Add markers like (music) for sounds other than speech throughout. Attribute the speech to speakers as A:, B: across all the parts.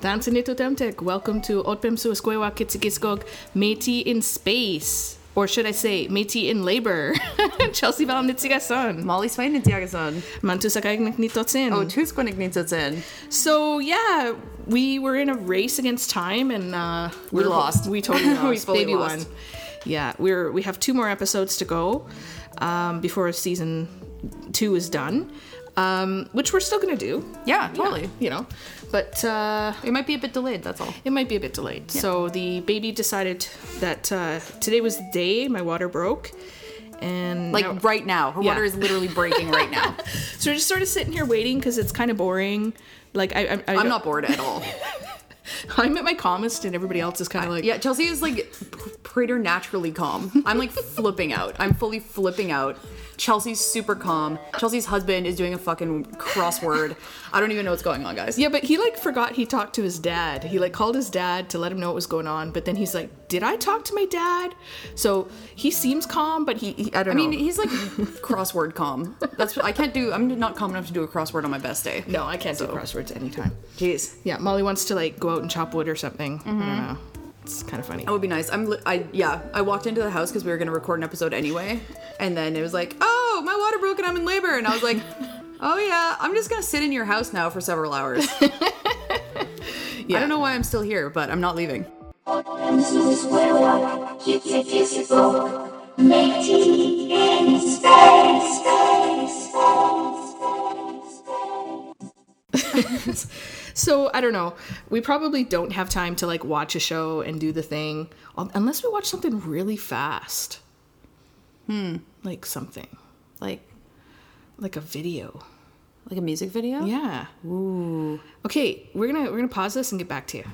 A: Dancing to Temtek. Welcome to Otpemsu Squewa Kitsikitskog Metis in Space. Or should I say, Metis in Labor. (laughs) Chelsea Valam Nitsigason.
B: Molly Swain and Diagason.
A: Mantusakagnitotsin.
B: Oh, Tuskwanik needs us in.
A: So, yeah, we were in a race against time and uh,
B: We
A: we're-
B: lost.
A: We
B: (laughs)
A: totally
B: We
A: lost.
B: fully
A: Baby
B: lost.
A: won. Yeah, we're we have two more episodes to go um, before season two is done, um, which we're still gonna do.
B: Yeah, totally.
A: you know, but. Uh,
B: It might be a bit delayed, that's all.
A: it might be a bit delayed. So the baby decided that uh, today was the day my water broke, and (laughs)
B: Like
A: now-
B: right now. Her
A: Yeah.
B: water is literally breaking right (laughs) now.
A: so we're just sort of sitting here waiting because it's kind of boring. Like I, I, I
B: I'm
A: (laughs)
B: not bored at all.
A: I'm at my calmest, and everybody else is kind of like
B: Yeah, Chelsea is (laughs) like p- preternaturally calm. I'm like flipping out. I'm fully flipping out. Chelsea's super calm. Chelsea's husband is doing a fucking crossword. I don't even know what's going on, guys.
A: Yeah, but he like forgot he talked to his dad. He like called his dad to let him know what was going on, but then he's like, "Did I talk to my dad?" So he seems calm, but he, he I don't
B: I
A: know.
B: mean, he's (laughs) like crossword calm. That's I can't do. I'm not calm enough to do a crossword on my best day.
A: no, I can't do crosswords anytime.
B: Jeez.
A: Yeah, Molly wants to like go out and chop wood or something. I don't know. It's kind of funny.
B: That would be nice. I'm li- I yeah. I walked into the house because we were gonna record an episode anyway, and then it was like, oh, my water broke and I'm in labor, and I was (laughs) like, oh yeah, I'm just gonna sit in your house now for several (laughs) hours. I don't know why I'm still here, but I'm not leaving.
A: So I don't know. We probably don't have time to like watch a show and do the thing um, unless we watch something really fast. Hmm. Like something, like like a video.
B: Like a music video?
A: Yeah. Ooh. Okay, we're gonna we're gonna pause this and get back to you.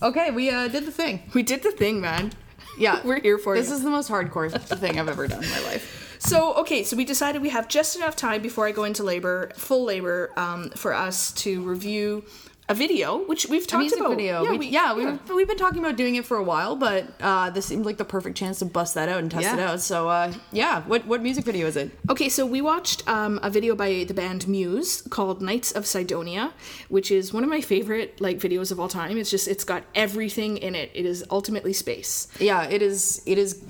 B: Okay, we uh, did the thing.
A: We did the thing, man.
B: Yeah,
A: We're here for
B: This
A: you.
B: is the most hardcore thing I've ever done in my life.
A: So okay, so we decided we have just enough time before I go into labor, full labor, um, for us to review a video, which we've talked
B: (laughs) music
A: about.
B: video. Yeah, we, yeah, we Were, we've been talking about doing it for a while, but uh, this seemed like the perfect chance to bust that out and test
A: Yeah.
B: it out. So uh, yeah, what what music video is it?
A: Okay, so we watched um, a video by the band Muse called "Knights of Sidonia," which is one of my favorite like videos of all time. It's just it's got everything in it. It is ultimately space.
B: Yeah, it is. It is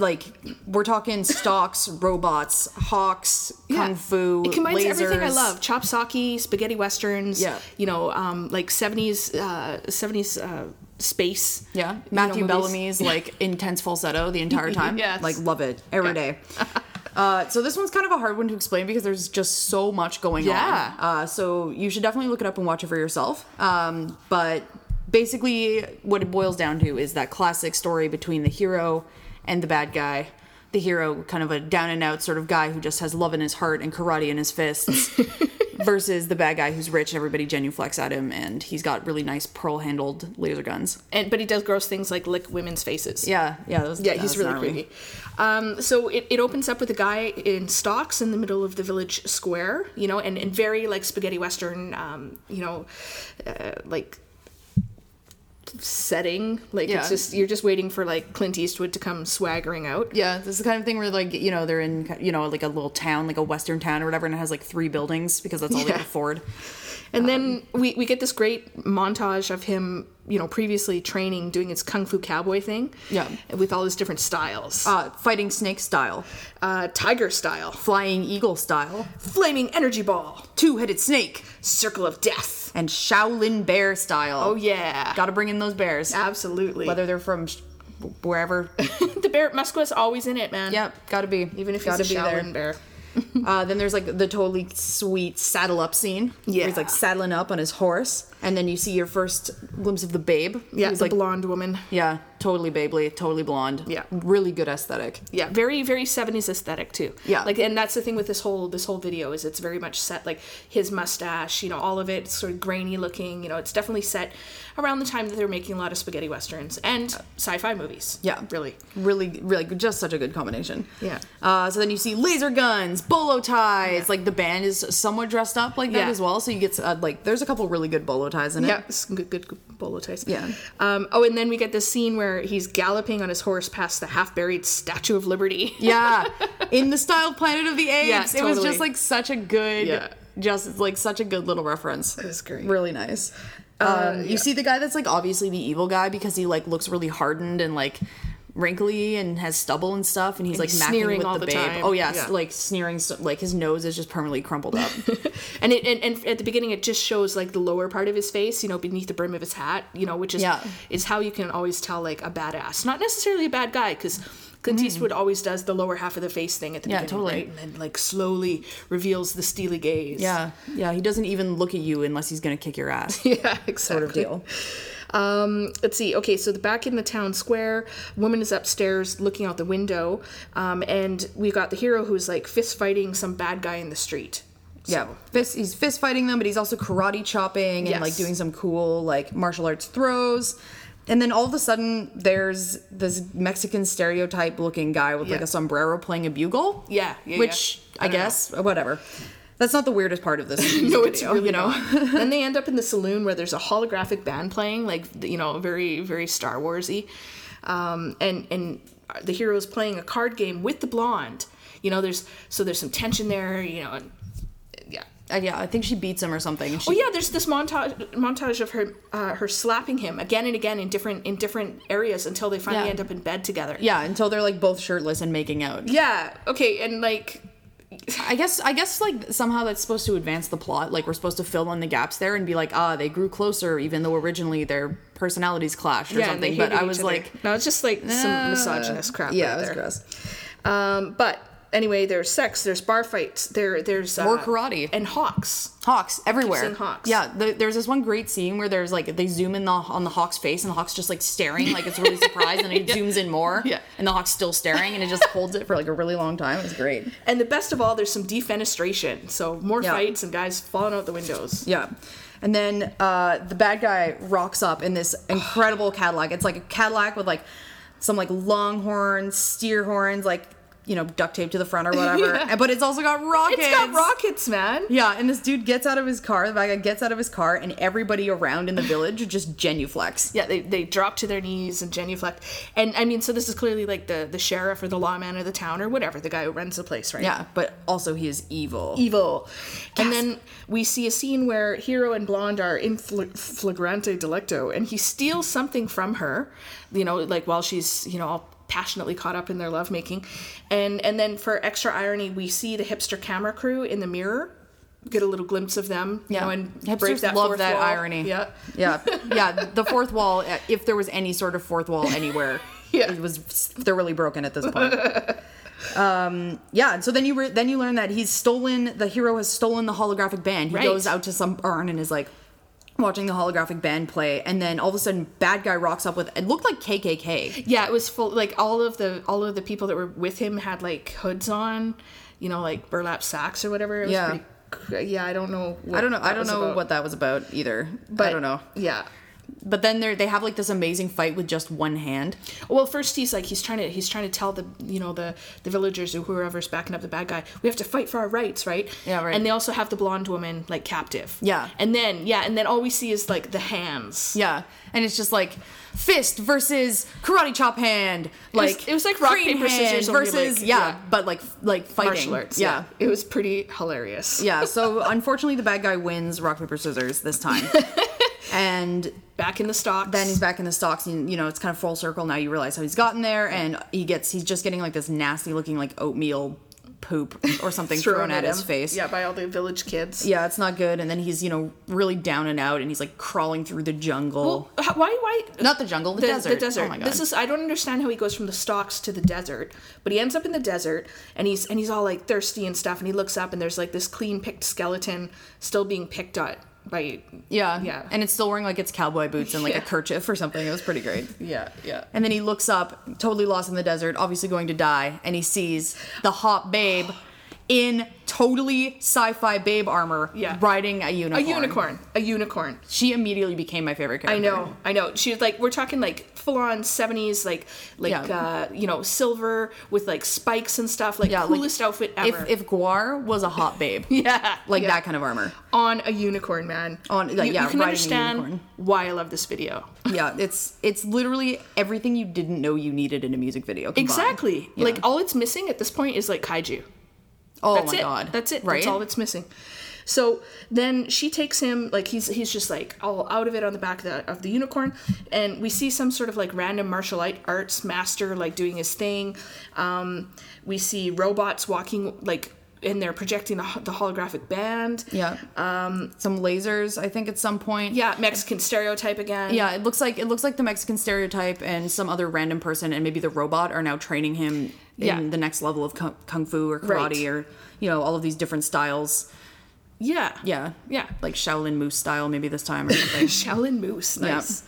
B: like we're talking stocks, robots, hawks, kung fu.
A: It combines everything I
B: lasers.
A: love: chop sake, spaghetti westerns.
B: Yeah.
A: you know, um, like seventies, seventies uh, space.
B: Yeah,
A: you know,
B: Matthew
A: movies.
B: Bellamy's
A: (laughs)
B: like intense falsetto the entire time.
A: Yes.
B: like love it every
A: (laughs)
B: day. Uh, so this one's kind of a hard one to explain because there's just so much going
A: Yeah.
B: on. Uh, so you should definitely look it up and watch it for yourself. Um, but basically, what it boils down to is that classic story between the hero and the bad guy. The hero, kind of a down and out sort of guy who just has love in his heart and karate in
A: (laughs)
B: his fists, versus the bad guy who's rich and everybody genuflex at him and he's got really nice pearl handled laser guns.
A: And but he does gross things like lick women's faces.
B: Yeah, yeah, that was,
A: Yeah,
B: that
A: he's
B: was
A: really
B: gnarly.
A: creepy. Um, so it, it opens up with a guy in stocks in the middle of the village square, you know, and, and very like spaghetti western, um, you know, uh, like setting. Like
B: Yeah.
A: it's just you're just waiting for like Clint Eastwood to come swaggering out.
B: Yeah, this is the kind of thing where like you know they're in you know like a little town, like a western town or whatever, and it has like three buildings because that's all they
A: Yeah.
B: can afford. Um,
A: And then we, we get this great montage of him, you know, previously training, doing his kung fu cowboy thing.
B: Yeah.
A: With all his different styles.
B: Uh, fighting snake style,
A: Uh, tiger style.
B: flying eagle style,
A: Flaming energy ball.
B: two-headed snake,
A: Circle of death.
B: and Shaolin bear style.
A: Oh yeah.
B: gotta bring in those bears,
A: Absolutely.
B: whether they're from sh- wherever.
A: the bear Musqua's always in it, man.
B: yep, gotta be.
A: Even if he's
B: gotta
A: a Shaolin bear.
B: Uh, then there's like the totally sweet saddle up scene. Where
A: Yeah.
B: he's like saddling up on his horse, and then you see your first glimpse of the babe.
A: Yeah,
B: who's
A: the
B: like
A: blonde woman.
B: yeah, totally babely, totally blonde.
A: Yeah.
B: really good aesthetic.
A: yeah very very 70s aesthetic too
B: Yeah.
A: like and that's the thing with this whole this whole video is it's very much set like his mustache you know all of it it's sort of grainy looking you know it's definitely set around the time that they're making a lot of spaghetti westerns and sci-fi movies
B: Yeah.
A: really
B: Really, really, good- just such a good combination.
A: Yeah.
B: Uh, so then you see laser guns, bolo ties. Like the band is somewhat dressed up like that
A: Yeah.
B: as well. So you get uh, like there's a couple really good bolo ties in it.
A: yeah some good, good good bolo ties
B: Yeah.
A: um, oh and then we get this scene where he's galloping on his horse past the half-buried statue of liberty (laughs)
B: Yeah, in the style of Planet of the Apes.
A: Yeah,
B: It was
A: totally.
B: just like such a good,
A: Yeah.
B: just like such a good little reference. It
A: was great. Uh,
B: Really nice. Um, You see the guy that's like obviously the evil guy because he like looks really hardened and like wrinkly and has stubble and stuff, and he's like
A: he's
B: macking
A: sneering
B: with
A: all the
B: the, babe.
A: time.
B: Oh yes,
A: Yeah.
B: like sneering, so- like his nose is just permanently crumpled up.
A: and it and, and at the beginning it just shows like the lower part of his face you know beneath the brim of his hat you know which is
B: Yeah.
A: is how you can always tell like a badass not necessarily a bad guy because Clint Eastwood always does the lower half of the face thing at the
B: Mm-hmm. Yeah,
A: beginning,
B: totally.
A: right? And then like slowly reveals the steely gaze.
B: (laughs) yeah, yeah. He doesn't even look at you unless he's gonna kick your
A: (laughs)
B: ass.
A: yeah, exactly.
B: Sort of deal.
A: Um, let's see. Okay, so the back in the town square, woman is upstairs looking out the window, um, and we got the hero who's like fist fighting some bad guy in the street.
B: Yeah, fist, he's fist fighting them, but he's also karate chopping and
A: Yes.
B: like doing some cool like martial arts throws. And then all of a sudden, there's this Mexican stereotype looking guy with like
A: Yeah.
B: a sombrero playing a bugle.
A: Yeah, yeah,
B: which
A: yeah. I
B: I,
A: don't
B: guess whatever. That's not the weirdest part
A: (laughs)
B: of this.
A: No,
B: music
A: it's
B: video,
A: really you know.
B: (laughs)
A: then they end up in the saloon where there's a holographic band playing, like you know, very very Star Warsy, um, and and the hero's playing a card game with the blonde. You know, there's so there's some tension there. You know, and yeah.
B: Uh, yeah, I think she beats him or something. and
A: Oh
B: she-
A: yeah, there's this montage montage of her uh, her slapping him again and again in different in different areas until they finally
B: Yeah.
A: end up in bed together.
B: yeah, until they're like both shirtless and making out.
A: Yeah. Okay. And like
B: I guess I guess like somehow that's supposed to advance the plot. Like we're supposed to fill in the gaps there and be like, ah, they grew closer, even though originally their personalities clashed or
A: yeah, and they
B: something. But
A: hated
B: I
A: each
B: was
A: other.
B: like,
A: no, it's just like some misogynist crap.
B: yeah,
A: right
B: it was
A: there.
B: gross.
A: Um, but anyway, there's sex, there's bar fights, there there's uh,
B: More karate.
A: and hawks.
B: Hawks everywhere.
A: seeing hawks.
B: Yeah, the, there's this one great scene where there's like they zoom in the, on the hawk's face and the hawk's just like staring, like
A: (laughs)
B: it's really surprised, and it zooms in more.
A: Yeah.
B: and the hawk's still staring, and it just holds it for like a really long time. It's great.
A: And the best of all, there's some defenestration. So more
B: Yeah.
A: fights and guys falling out the windows.
B: Yeah. And then uh, the bad guy rocks up in this incredible Cadillac. It's like a Cadillac with like some like long horns, steer horns, like you know duct tape to the front or
A: (laughs)
B: whatever.
A: Yeah.
B: And- But it's also got rockets.
A: It's got rockets, man.
B: Yeah, and this dude gets out of his car. The bad guy gets out of his car, and everybody around in the village just genuflex.
A: Yeah, they, they drop to their knees and genuflect. And I mean, so this is clearly like the, the sheriff or the lawman of the town or whatever, the guy who runs the place, right?
B: Yeah, but also he is evil.
A: Evil. And then we see a scene where Hero and Blonde are in fl- flagrante delicto and he steals something from her, you know, like while she's, you know, all passionately caught up in their lovemaking. And and then for extra irony, we see the hipster camera crew in the mirror. Get a little glimpse of them, you
B: Yeah.
A: know, and
B: Hipsters
A: break that
B: love
A: fourth
B: that
A: wall.
B: irony.
A: Yeah.
B: Yeah, yeah. The fourth wall, uh, if there was any sort of fourth wall anywhere,
A: (laughs) Yeah.
B: it was thoroughly broken at this point. Um, yeah. and So then you re- then you learn that he's stolen. The hero has stolen the holographic band. He
A: Right.
B: goes out to some barn and is like watching the holographic band play, and then all of a sudden, bad guy rocks up with it looked like KKK.
A: Yeah, it was full. Like all of the all of the people that were with him had like hoods on, you know, like burlap sacks or whatever. It was
B: Yeah.
A: pretty cr- yeah, I don't know. What
B: I don't know. I
A: that
B: don't
A: was
B: know
A: about.
B: what that was about either.
A: But,
B: I don't know.
A: Yeah.
B: But then they they have like this amazing fight with just one hand.
A: Well, first he's like he's trying to he's trying to tell the you know the the villagers or whoever's backing up the bad guy we have to fight for our rights right
B: Yeah, right.
A: and they also have the blonde woman like captive
B: Yeah.
A: and then yeah and then all we see is like the hands
B: Yeah, and it's just like fist versus karate chop hand, like
A: was- it was like rock,
B: crane
A: paper, scissors
B: hand
A: over your
B: versus
A: leg.
B: yeah,
A: Yeah.
B: but like like fighting
A: martial arts
B: Yeah.
A: it was pretty hilarious (laughs)
B: yeah, So unfortunately, the bad guy wins rock paper scissors this time, and
A: back in the stocks
B: then he's back in the stocks. And you know, it's kind of full circle now. You realize how he's gotten there, and he gets he's just getting like this nasty looking like oatmeal poop
A: (laughs)
B: or something thrown at his
A: him.
B: face.
A: Yeah, by all the village kids.
B: Yeah, it's not good. And then he's, you know, really down and out and he's like crawling through the jungle.
A: Well, h- why? Why?
B: Not the jungle, the desert.
A: The desert.
B: Oh my God.
A: This is I don't understand how he goes from the stalks to the desert, but he ends up in the desert and he's and he's all like thirsty and stuff. And he looks up and there's like this clean picked skeleton still being picked at by
B: yeah.
A: Yeah.
B: And it's still wearing like its cowboy boots and like a kerchief or something. It was pretty great.
A: yeah yeah.
B: And then he looks up, totally lost in the desert, obviously going to die, and he sees the hot babe in totally sci-fi babe armor
A: Yeah.
B: riding a
A: A
B: unicorn.
A: unicorn, a unicorn.
B: She immediately became my favorite
A: I
B: character.
A: know, I know. She was like, we're talking like full on seventies, like like
B: Yeah.
A: uh, you know, silver with like spikes and stuff, like
B: Yeah, like,
A: coolest outfit ever.
B: If if Guar was a hot babe,
A: (laughs) yeah,
B: like
A: yeah.
B: that kind of armor.
A: on a unicorn, man.
B: On- like,
A: you,
B: yeah,
A: you can
B: riding a
A: understand
B: unicorn.
A: why I love this video.
B: Yeah, it's it's literally everything you didn't know you needed in a music video. combined.
A: Exactly.
B: Yeah.
A: Like all it's missing at this point is like kaiju.
B: Oh
A: That's
B: my
A: it.
B: god.
A: That's it.
B: Right.
A: That's all that's missing. So then she takes him like he's he's just like all out of it on the back of the, of the unicorn, and we see some sort of like random martial art- arts master like doing his thing. Um, we see robots walking like and they're projecting the, ho- the holographic band.
B: yeah. Um, some lasers. I think at some point.
A: Yeah, Mexican stereotype again.
B: Yeah, it looks like it looks like the Mexican stereotype and some other random person and maybe the robot are now training him in
A: Yeah.
B: the next level of kung, kung fu or karate
A: Right.
B: or you know all of these different styles.
A: yeah,
B: Yeah,
A: yeah.
B: like Shaolin Moose style maybe this time or (laughs) something.
A: Shaolin Moose. Nice.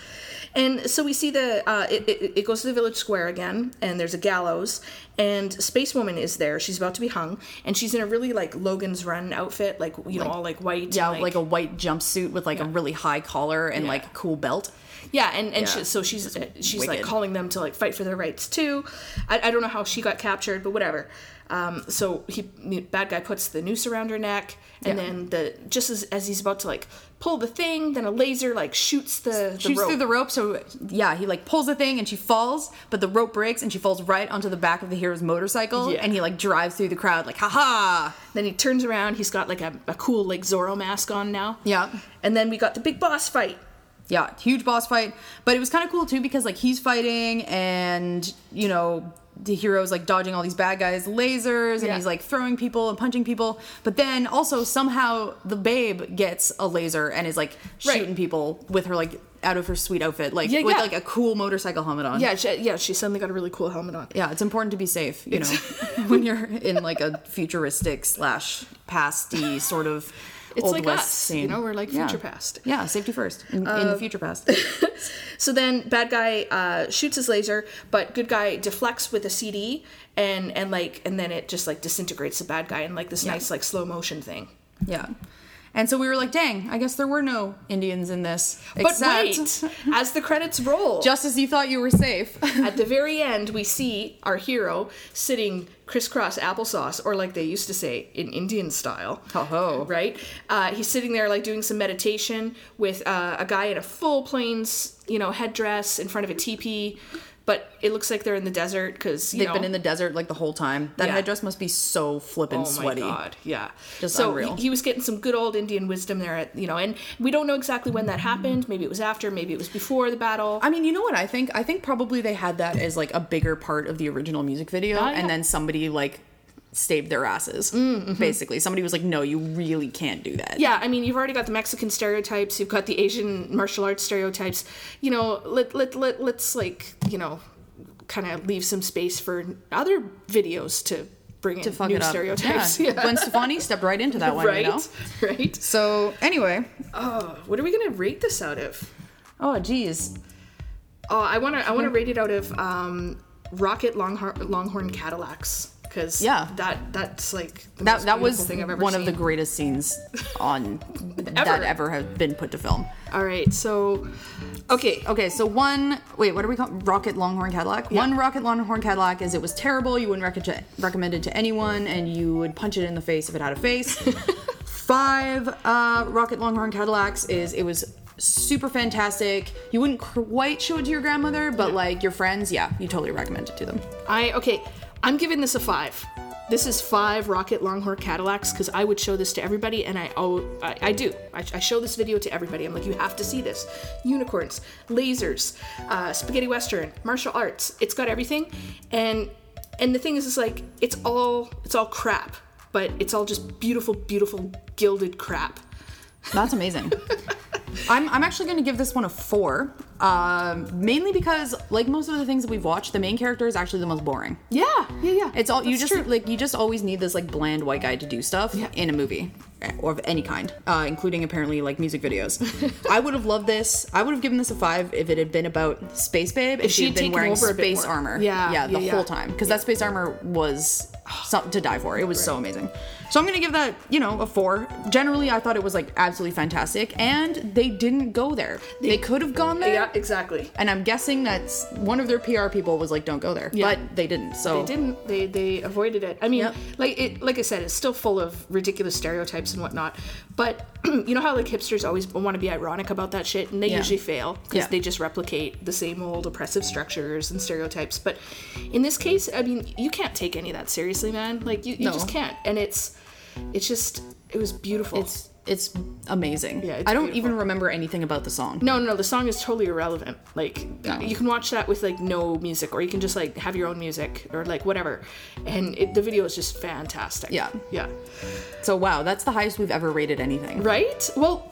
A: And so we see the uh, it, it, it goes to the village square again, and there's a gallows, and Space Woman is there. She's about to be hung, and she's in a really like Logan's Run outfit, like you know, all like white.
B: yeah,
A: and,
B: like, a white jumpsuit with like a really high collar and
A: Yeah.
B: like cool belt.
A: yeah, and and
B: Yeah.
A: She, so she's uh, she's like
B: wicked.
A: calling them to like fight for their rights too. I, I don't know how she got captured, but whatever. Um, so he the bad guy puts the noose around her neck, and
B: Yeah.
A: then the just as, as he's about to like pull the thing, then a laser like shoots the, the
B: Shoots
A: rope.
B: through the rope, so yeah, he like pulls the thing and she falls, but the rope breaks and she falls right onto the back of the hero's motorcycle,
A: Yeah.
B: and he like drives through the crowd like, haha.
A: Then he turns around. He's got like a, a cool like Zorro mask on now.
B: Yeah.
A: And then we got the big boss fight.
B: yeah, huge boss fight. But it was kind of cool too because like he's fighting and you know the hero's like dodging all these bad guys' lasers and
A: Yeah.
B: he's like throwing people and punching people. But then also somehow the babe gets a laser and is like
A: Right.
B: shooting people with her like out of her sweet outfit, like
A: Yeah,
B: with
A: yeah.
B: like a cool motorcycle helmet on.
A: Yeah, she, yeah. She suddenly got a really cool helmet on.
B: Yeah, it's important to be safe, you know, (laughs) when you're in like a futuristic slash pasty sort of
A: It's
B: old
A: like
B: west
A: us,
B: scene.
A: you know, we're like
B: Yeah.
A: future past. Uh,
B: Yeah, safety first in, in the future
A: (laughs)
B: past.
A: So then bad guy uh, shoots his laser, but good guy deflects with a CD, and and like and then it just like disintegrates the bad guy in like this nice like slow motion thing.
B: Yeah. And so we were like, dang, I guess there were no Indians in this.
A: But
B: except
A: wait, as the credits
B: (laughs)
A: roll,
B: just as you thought you were safe.
A: At the very end, we see our hero sitting crisscross applesauce, or like they used to say in Indian style.
B: Ho ho.
A: Right? Uh, he's sitting there like doing some meditation with uh, a guy in a full plains, you know, headdress in front of a teepee. But it looks like they're in the desert because
B: (laughs) They've been in the desert like the whole time. That
A: Yeah.
B: headdress must be so flippin'
A: oh
B: sweaty.
A: My God, yeah.
B: Just
A: so
B: unreal.
A: He, he was getting some good old Indian wisdom there, at, you know, and we don't know exactly when that happened. Maybe it was after, maybe it was before the battle.
B: I mean, you know what I think? I think probably they had that as like a bigger part of the original music video,
A: Oh, yeah. Mm, mm-hmm.
B: and then somebody like staved their asses. Basically, somebody was like, "No, you really can't do that."
A: yeah i mean you've already got the mexican stereotypes you've got the asian martial arts stereotypes you know let, let, let, let's like you know kind of leave some space for other videos to bring in
B: fuck
A: new
B: it up.
A: stereotypes
B: Yeah.
A: yeah,
B: Gwen Stefani stepped right into that one,
A: (laughs) right
B: you know.
A: right
B: So anyway,
A: Oh, what are we gonna rate this out of
B: oh geez,
A: oh i want to i want to rate it out of um rocket longhorn longhorn cadillacs because
B: Yeah.
A: that that's like the
B: that
A: most
B: that was
A: beautiful thing I've ever
B: one of the
A: seen.
B: greatest (laughs) scenes on that ever have been put to film.
A: all right so okay
B: Okay, so one wait, what are we calling Rocket Longhorn Cadillac? One Rocket Longhorn Cadillac is it was terrible. You wouldn't rec- recommend it to anyone, and you would punch it in the face if it had a (laughs) face. Five uh, Rocket Longhorn Cadillacs is it was super fantastic. You wouldn't quite show it to your grandmother, but like your friends, yeah, you totally recommend it to them.
A: I okay. I'm giving this a five. This is five Rocket Longhorn Cadillacs because I would show this to everybody, and I oh I, I do. I, I show this video to everybody. I'm like, you have to see this. Unicorns, lasers, uh, spaghetti western, martial arts. It's got everything, and and the thing is, is like it's all it's all crap, but it's all just beautiful, beautiful gilded crap.
B: That's amazing. I'm, I'm actually going to give this one a four, um, mainly because, like most of the things that we've watched, the main character is actually the most boring.
A: Yeah, yeah, yeah.
B: It's all you
A: That's
B: just
A: true.
B: like you just always need this like bland white guy to do stuff
A: Yeah.
B: in a movie eh, or of any kind, uh, including apparently like music videos.
A: (laughs)
B: I would have loved this. I would have given this a five if it had been about Space Babe if, she
A: she'd
B: had been
A: taken
B: wearing
A: over a bit
B: space
A: more.
B: armor.
A: Yeah,
B: yeah, the
A: yeah,
B: whole
A: yeah.
B: time because that space armor
A: (sighs)
B: was something to die for. It was so amazing. So I'm gonna give that you know a four. Generally, I thought it was like absolutely fantastic, and they didn't go there. They, could have gone there.
A: yeah, exactly.
B: And I'm guessing that's one of their PR people was like, "Don't go there,"
A: Yeah.
B: but they didn't. So
A: They didn't. They they avoided it. I mean,
B: Yep.
A: like it. Like I said, it's still full of ridiculous stereotypes and whatnot. But (clears throat) you know how like hipsters always want to be ironic about that shit, and they
B: Yeah.
A: usually fail because
B: Yeah.
A: they just replicate the same old oppressive structures and stereotypes. But in this case, I mean, you can't take any of that seriously, man. Like you, you
B: No.
A: just can't. And it's, it's just, it was beautiful.
B: It's it's amazing.
A: Yeah, it's
B: I don't
A: beautiful.
B: even remember anything about the song.
A: no, no, the song is totally irrelevant. Like
B: Oh.
A: you can watch that with like no music, or you can just like have your own music, or like whatever. And it, the video is just fantastic.
B: Yeah.
A: yeah.
B: So wow, that's the highest we've ever rated anything.
A: Right? Well,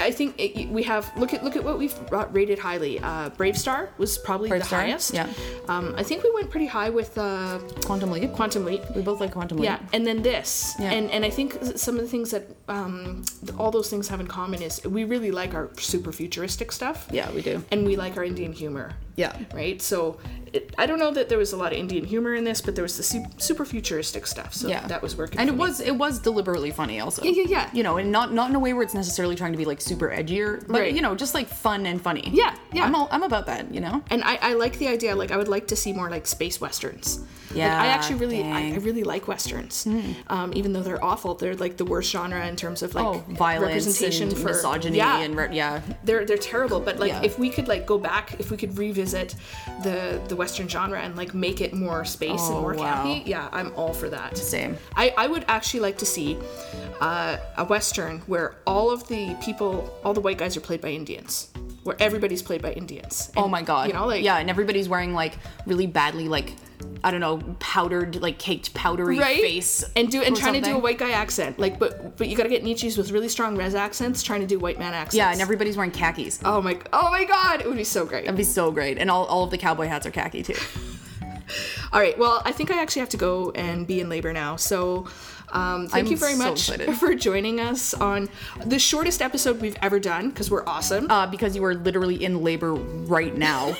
A: I think it, we have look at look at what we've ra- rated highly. Uh, Brave Star was probably
B: Brave
A: the
B: Star,
A: highest.
B: yeah.
A: Um, I think we went pretty high with uh,
B: Quantum Leap.
A: Quantum Leap.
B: We both like Quantum Leap.
A: Yeah, and then this,
B: Yeah.
A: and and I think some of the things that um, th- all those things have in common is we really like our super futuristic stuff.
B: Yeah, we do.
A: And we like our Indian humor.
B: Yeah.
A: Right. So it, I don't know that there was a lot of Indian humor in this, but there was the su- super futuristic stuff. So
B: Yeah.
A: that was working.
B: And
A: for
B: it
A: me.
B: was it was deliberately funny also.
A: Yeah, yeah, yeah.
B: You know, and not not in a way where it's necessarily trying to be like super edgier, but
A: Right.
B: you know, just like fun and funny.
A: Yeah, yeah.
B: I'm all, I'm about that. You know.
A: and I, I like the idea like i would like to see more like space westerns like,
B: Yeah,
A: i actually really I,
B: Ah, dang. Hmm.
A: I really like westerns um, even though they're awful they're like the worst genre in terms of like
B: Oh, violence
A: representation
B: and
A: for
B: misogyny
A: yeah,
B: and re- yeah,
A: they're they're terrible but like
B: Yeah.
A: if we could like go back if we could revisit the the western genre and like make it more space
B: Oh,
A: and more
B: wow.
A: campy yeah i'm all for that
B: same.
A: I, I would actually like to see uh, a western where all of the people, all the white guys are played by Indians, where everybody's played by Indians.
B: Oh
A: And,
B: my god.
A: You know, like
B: yeah, and everybody's wearing like really badly like I don't know, powdered like caked powdery
A: right
B: face
A: and do and
B: or
A: trying to do a
B: something.
A: white guy accent like but but you gotta get nichis with really strong res accents trying to do white man accents
B: Yeah, and everybody's wearing khakis.
A: oh my oh my god it would be so great
B: That'd be so great. And all, all of the cowboy hats are khaki too.
A: all right well i think i actually have to go and be in labor now so um, thank
B: I'm
A: you very
B: so
A: much
B: excited.
A: for joining us on the shortest episode we've ever done because we're awesome
B: Uh, because you are literally in labor
A: (laughs)
B: right now.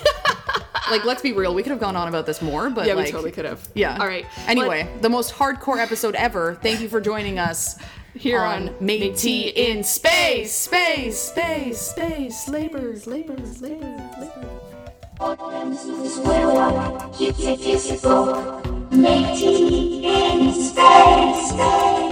B: like, let's be real, we could have gone on about this more, but
A: yeah
B: like,
A: we totally could have
B: Yeah.
A: all right
B: Anyway,
A: Well,
B: the most hardcore episode ever. Thank you for joining us
A: here on,
B: Métis in Space, Space, Space, Space, Labor.
A: labor labor labor
C: Métis in space, space.